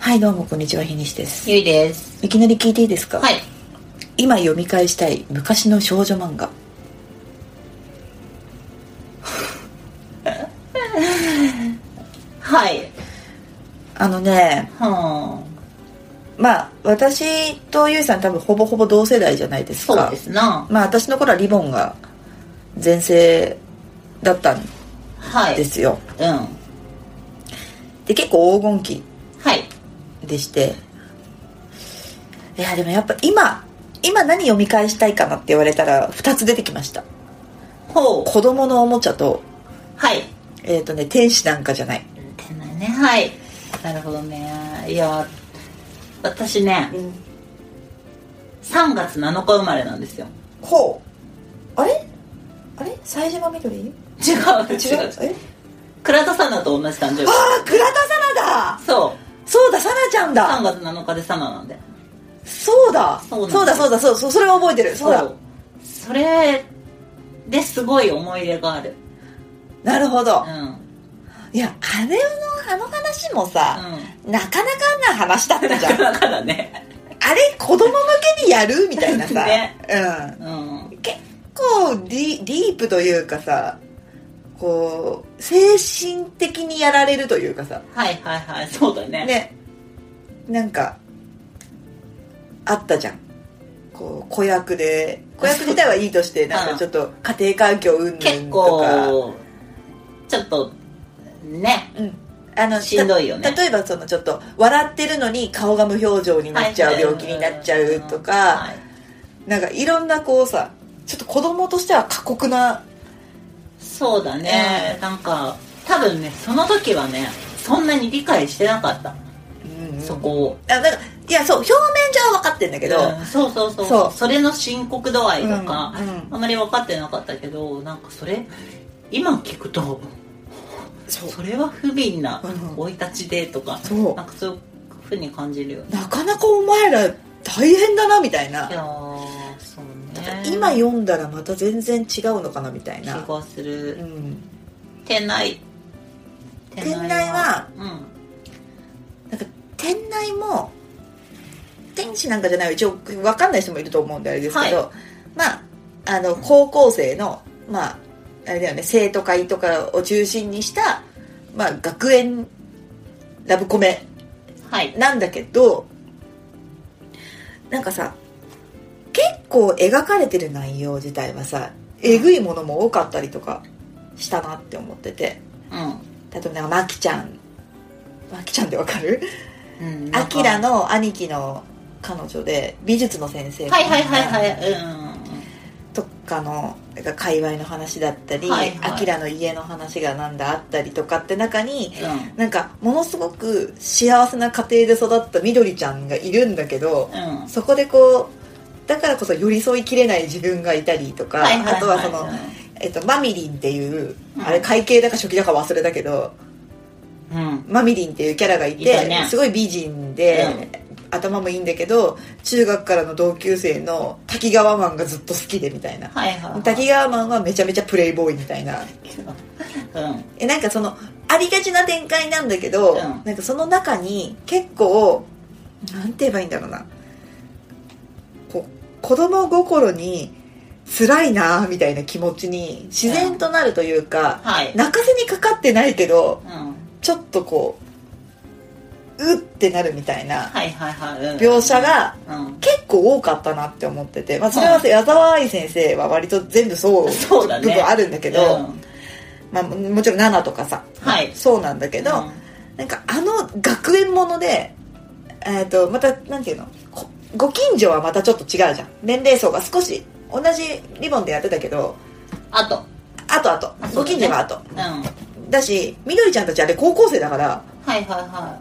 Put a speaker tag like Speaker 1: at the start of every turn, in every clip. Speaker 1: はいどうもこんにちはひにしです
Speaker 2: ゆいです。
Speaker 1: いきなり聞いていいですか、
Speaker 2: はい。
Speaker 1: 今読み返したい昔の少女漫画
Speaker 2: はい。
Speaker 1: あのね
Speaker 2: はあ。
Speaker 1: まあ私とゆいさん多分ほぼほぼ同世代じゃないですか
Speaker 2: そうですな。
Speaker 1: まあ私の頃はリボンが全盛だったん
Speaker 2: はい。
Speaker 1: ですよ
Speaker 2: うん。は
Speaker 1: で結構黄金期
Speaker 2: い。
Speaker 1: でしていやでもやっぱ今今何読み返したいかなって言われたら2つ出てきました
Speaker 2: ほう。
Speaker 1: 子供のおもちゃと
Speaker 2: はい。
Speaker 1: えっ、とね天使なんかじゃない
Speaker 2: てないね。はい。なるほどね。いや、私ね、3月7日生まれなんですよ。
Speaker 1: ほうあれあれ冴島みどり違う
Speaker 2: 違う、違う。
Speaker 1: え
Speaker 2: 倉田さなと同じ誕生日
Speaker 1: あ。あ倉田沙奈だ
Speaker 2: そ
Speaker 1: そうだ沙奈ちゃん
Speaker 2: う。3
Speaker 1: だ
Speaker 2: 月7日でサナなんで。
Speaker 1: そうだ
Speaker 2: そうなんだ
Speaker 1: そうだそうだそうそうそれは覚えてるそうだ
Speaker 2: う。それですごい思い入れがある。
Speaker 1: なるほど
Speaker 2: うん。
Speaker 1: いやあれのあの話もさ、なかなかな話だっ
Speaker 2: うん。
Speaker 1: た
Speaker 2: だ
Speaker 1: じゃん
Speaker 2: から だからね。
Speaker 1: あれ子供向けにやるみたいなさ、
Speaker 2: ね
Speaker 1: うん結構ディディープというかさこう精神的にやられるというかさ
Speaker 2: はいはいはい。そうだね。
Speaker 1: ねなんかあったじゃんこう子役で子役自体はいいとしてなんかちょっと家庭環境云
Speaker 2: 結
Speaker 1: 々とか、
Speaker 2: 構ちょっとね
Speaker 1: うん、あの
Speaker 2: しんどいよね
Speaker 1: た例えばそのちょっと笑ってるのに顔が無表情になっちゃう、
Speaker 2: はい
Speaker 1: 病気になっちゃうとか、
Speaker 2: はい
Speaker 1: なんかいろんなこうさちょっと子供としては過酷な
Speaker 2: そうだね、
Speaker 1: う
Speaker 2: なんか多分ねその時はねそんなに理解してなかった、
Speaker 1: うん
Speaker 2: そこを
Speaker 1: あなんかいやそう表面上は分かってんだけど、
Speaker 2: うんそうそうそう
Speaker 1: そう
Speaker 2: それの深刻度合いとか、
Speaker 1: うんうん
Speaker 2: あまり分かってなかったけどなんかそれ今聞くと
Speaker 1: そう
Speaker 2: それは不憫な
Speaker 1: うん
Speaker 2: 生い立ちでとか、
Speaker 1: そう
Speaker 2: なんかそういうふうに感じるよね
Speaker 1: なかなかお前ら大変だなみたいない
Speaker 2: やーそうね
Speaker 1: 今読んだらまた全然違うのかなみたい
Speaker 2: 気
Speaker 1: な、
Speaker 2: がする
Speaker 1: うん、
Speaker 2: 店内
Speaker 1: 内は
Speaker 2: うん
Speaker 1: なんか店内も天使なんかじゃない一応分かんない人もいると思うんであれですけど、
Speaker 2: は
Speaker 1: まああの高校生のまああれだよね生徒会とかを中心にした、まあ、学園ラブコメ
Speaker 2: はい
Speaker 1: なんだけどなんかさ結構描かれてる内容自体はさえぐいものも多かったりとかしたなって思ってて
Speaker 2: う
Speaker 1: 例えばなんかマキちゃんマキちゃんでわか る
Speaker 2: んうん
Speaker 1: アキラの兄貴の彼女で美術の先生
Speaker 2: はいはいはいはいうん
Speaker 1: とかのなんか界隈の話だったり、
Speaker 2: はいはい
Speaker 1: アキラの家の話がなんだあったりとかって中に
Speaker 2: うん
Speaker 1: なんかものすごく幸せな家庭で育ったみどりちゃんがいるんだけど
Speaker 2: うんうん
Speaker 1: そこでこうだからこそ寄り添いきれない自分がいたりとか、
Speaker 2: はいはいいい
Speaker 1: あとはその、えっと、マミリンっていう、
Speaker 2: うん
Speaker 1: あれ会計だか初期だか忘れたけど
Speaker 2: うん
Speaker 1: マミリンっていうキャラがいて
Speaker 2: いたね
Speaker 1: すごい美人で、頭もいいんだけど中学からの同級生の滝川マンがずっと好きでみたいな
Speaker 2: はいはいはい
Speaker 1: 滝川マンはめちゃめちゃプレイボーイみたいな
Speaker 2: うん
Speaker 1: えなんかそのありがちな展開なんだけど、
Speaker 2: うん
Speaker 1: なんかその中に結構なんて言えばいいんだろうなこう子供心に辛いなみたいな気持ちに自然となるというか、
Speaker 2: はい
Speaker 1: 泣かせにかかってないけど
Speaker 2: うん
Speaker 1: ちょっとこううってなるみたいな
Speaker 2: はいはいはいうん
Speaker 1: 描写が
Speaker 2: うん
Speaker 1: 結構多かったなって思ってて、まあ、それは矢沢愛先生は割と全部そう
Speaker 2: そうだね
Speaker 1: 部分あるんだけど
Speaker 2: うん
Speaker 1: まあ、もちろん7とかさ、
Speaker 2: はい
Speaker 1: そうなんだけど、
Speaker 2: うん
Speaker 1: なんかあの学園もので、えー、とまたなんていうのこご近所はまたちょっと違うじゃん年齢層が少し同じリボンでやってたけど
Speaker 2: あと
Speaker 1: あとあと、
Speaker 2: あそ
Speaker 1: ご
Speaker 2: うだね
Speaker 1: 近所があと
Speaker 2: うんはい
Speaker 1: だしみどりちゃんたちあれ高校生だから
Speaker 2: はいは、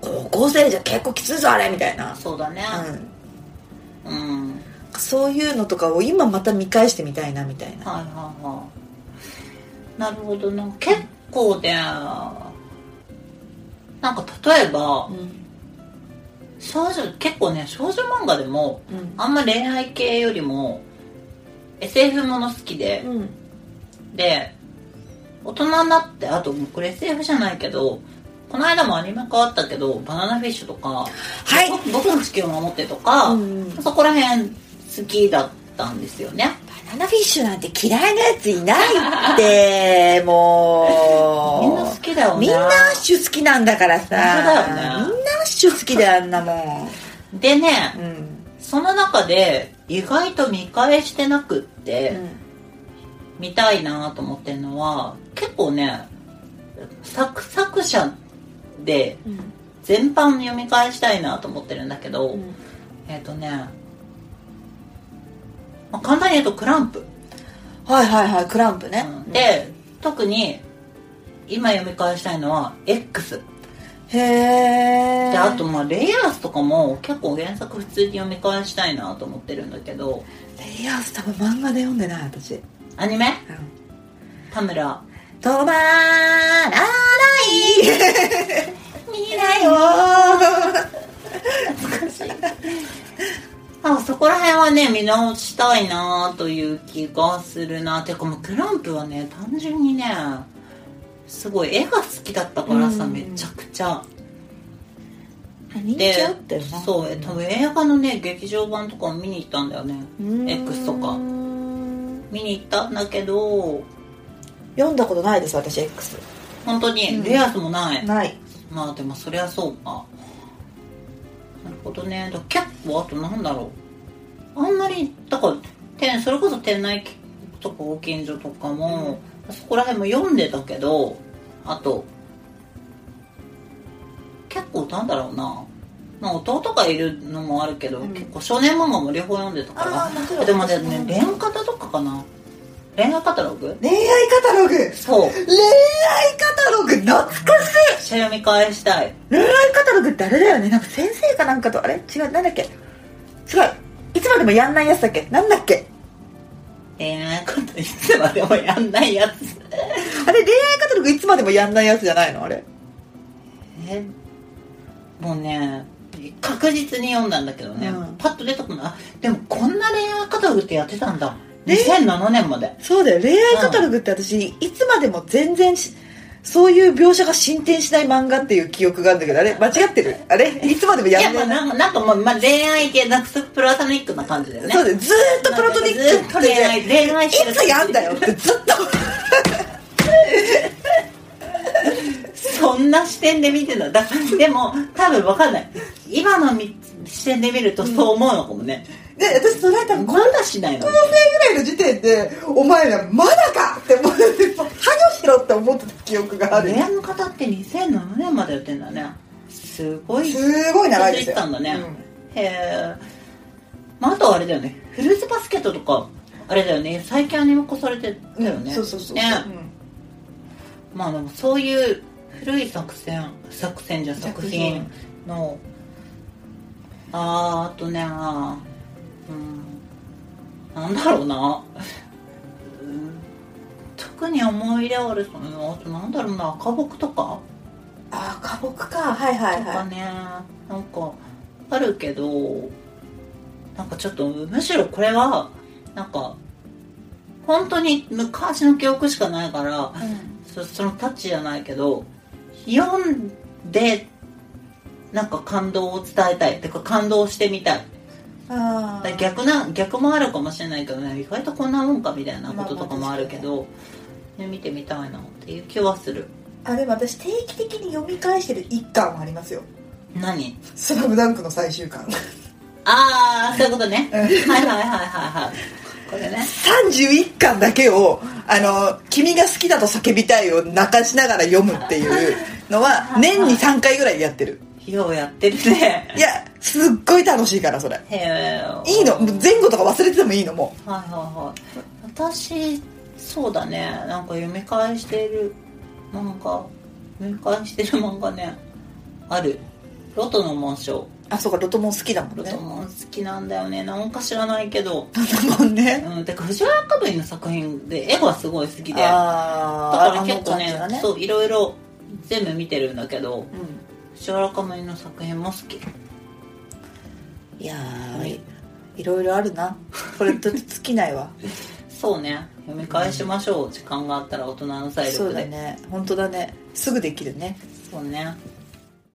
Speaker 1: 高校生じゃ結構きついぞあれみたいない
Speaker 2: そうだね
Speaker 1: う
Speaker 2: うん
Speaker 1: ん、そういうのとかを今また見返してみたいなみたいな、
Speaker 2: はいはいはいなるほどな結構ねなんか例えば
Speaker 1: うん
Speaker 2: 少女結構ね少女漫画でも
Speaker 1: うん
Speaker 2: あんま恋愛系よりも SF もの好きで、
Speaker 1: うん
Speaker 2: で大人になってあともうこれ SF じゃないけどこの間もアニメ化あったけど「バナナフィッシュ」とか「
Speaker 1: はい
Speaker 2: 僕僕の地球を守って」とか、
Speaker 1: うん
Speaker 2: そこら辺好きだったんですよね
Speaker 1: バナナフィッシュなんて嫌いなやついないって、もう。
Speaker 2: みんな好きだよね
Speaker 1: みんなアッシュ好きなんだからさ。
Speaker 2: 本当だよね
Speaker 1: みんなアッシュ好きだよ、あんなも
Speaker 2: でね
Speaker 1: ん。うん。
Speaker 2: その中で意外と見返してなくって、見たいなと思ってるのは結構ね作作者で
Speaker 1: うん。
Speaker 2: 全般読み返したいなと思ってるんだけど、
Speaker 1: うん
Speaker 2: えっ、とね、まあ簡単に言うとクランプ、
Speaker 1: はいはいはい、クランプね。
Speaker 2: で特に今読み返したいのは X
Speaker 1: へえ。
Speaker 2: であとまあレイヤースとかも結構原作普通に読み返したいなと思ってるんだけど
Speaker 1: レイヤース多分漫画で読んでない、私。うん。
Speaker 2: アニメ田村
Speaker 1: 止まらない
Speaker 2: 見
Speaker 1: よ
Speaker 2: あそこら辺はね見直したいなという気がするなてかもうクランプはね単純にねすごい絵が好きだったからさ
Speaker 1: うん
Speaker 2: めちゃくちゃ
Speaker 1: 人
Speaker 2: で
Speaker 1: 気あったよな。
Speaker 2: そうえ多分映画のね劇場版とかも見に行ったんだよね
Speaker 1: うん
Speaker 2: X とか見に行ったんだけど
Speaker 1: 読んだことないです、私、X。
Speaker 2: 本当に
Speaker 1: うん
Speaker 2: レアスもない、
Speaker 1: ない。
Speaker 2: まあでもそりゃそうかなるほどねだ結構あとなんだろうあんまりだから店それこそ店内とかご近所とかも、そこら辺も読んでたけどあと結構なんだろうなまあ弟がいるのもあるけど、
Speaker 1: うん
Speaker 2: 結構少年漫画も両方読んでたから
Speaker 1: あーもちろん
Speaker 2: でもね恋愛方とかかな恋愛カタログ
Speaker 1: 恋愛カタログ
Speaker 2: そう
Speaker 1: 恋愛カタログ懐かしい
Speaker 2: 読み返したい
Speaker 1: 恋愛カタログってあれだよねなんか先生かなんかとあれ違うなんだっけ違ういつまでもやんないやつだっけなんだっけ
Speaker 2: 恋愛カタログいつまでもやんないやつ
Speaker 1: あれ恋愛カタログいつまでもやんないやつじゃないのあれ
Speaker 2: えもうね確実に読んだんだけどね、
Speaker 1: うん
Speaker 2: パッと出てこないあでもこんな恋愛カタログってやってたんだ
Speaker 1: ね
Speaker 2: 2007年まで
Speaker 1: そうだよ恋愛カタログって私いつまでも全然しそういう描写が進展しない漫画っていう記憶があるんだけどあれ間違ってるあれいつまでも
Speaker 2: いや
Speaker 1: やん
Speaker 2: ま
Speaker 1: な
Speaker 2: あ
Speaker 1: いや
Speaker 2: なんかなんかもう、まあ、恋愛系ダックスプラトニックな感じだよね
Speaker 1: そうだよずーっとプロトニッ
Speaker 2: ず
Speaker 1: ク
Speaker 2: っと恋愛恋愛
Speaker 1: い
Speaker 2: してる
Speaker 1: つやんだよってずっと
Speaker 2: そんな視点で見てただからでも多分わかんない今のみ視点で見るとそう思うのかもね、
Speaker 1: で私それ多分
Speaker 2: まだしないの
Speaker 1: 高校生ぐらいの時点でお前らまだかって思ってもうハしろって思ってた記憶がある、
Speaker 2: 恋愛の方って2007年までやってんだねすごい
Speaker 1: すごい長いですよ
Speaker 2: 続いてたんだねへえ、まあ、あとはあれだよねフルーツバスケットとかあれだよね最近アニメ化されてた
Speaker 1: うん
Speaker 2: よね、
Speaker 1: そうそうそう、
Speaker 2: ね、
Speaker 1: うん
Speaker 2: まあでもそういう古い作戦作戦じゃ作品のあーあとねうんなんだろうなうん特に思い入れあるそのあとなんだろうな赤僕とか
Speaker 1: ああ花木かはいはい
Speaker 2: とか
Speaker 1: は
Speaker 2: ねなんかあるけどなんかちょっとむしろこれはなんか本当に昔の記憶しかないから
Speaker 1: い、
Speaker 2: そそのタッチじゃないけど読んでなんか感動を伝えたいっていうか感動してみたい
Speaker 1: ああ
Speaker 2: だから逆な逆もあるかもしれないけどね意外とこんなもんかみたいなこととかもあるけど、ね見てみたいなっていう気はする
Speaker 1: あでも私定期的に読み返してる一巻はありますよ
Speaker 2: 何
Speaker 1: 「スラムダンクの最終巻
Speaker 2: ああそういうことね
Speaker 1: うん
Speaker 2: はいはいはいはいはいこれね
Speaker 1: 31巻だけを「あの君が好きだと叫びたい」を泣かしながら読むっていうのは年に3回ぐらいやってる
Speaker 2: ようやってるね
Speaker 1: いやすっごい楽しいからそれ
Speaker 2: へえ
Speaker 1: いいのもう前後とか忘れててもいいのも
Speaker 2: はいはいはい私そうだねなんか読み返してる漫画読み返してる漫画ねあるロトの紋章
Speaker 1: うあそうかロトモン好きだもん
Speaker 2: ロ
Speaker 1: ね
Speaker 2: トモン好きなんだよねなんか知らないけど
Speaker 1: ロトモンね
Speaker 2: うんてか藤原かぶりの作品で絵がすごい好きでだか
Speaker 1: あ
Speaker 2: ら
Speaker 1: あ
Speaker 2: 結構ね
Speaker 1: あの感じだ
Speaker 2: そういろいろ全部見てるんだけど
Speaker 1: う
Speaker 2: 藤原かぶりの作品も好き
Speaker 1: んいやーいいろいろあるなこれと尽きない わ
Speaker 2: そうね読み返しましょう時間があったら大人の体
Speaker 1: そう
Speaker 2: 力
Speaker 1: だ
Speaker 2: で
Speaker 1: ね本当だねすぐできるね
Speaker 2: そうね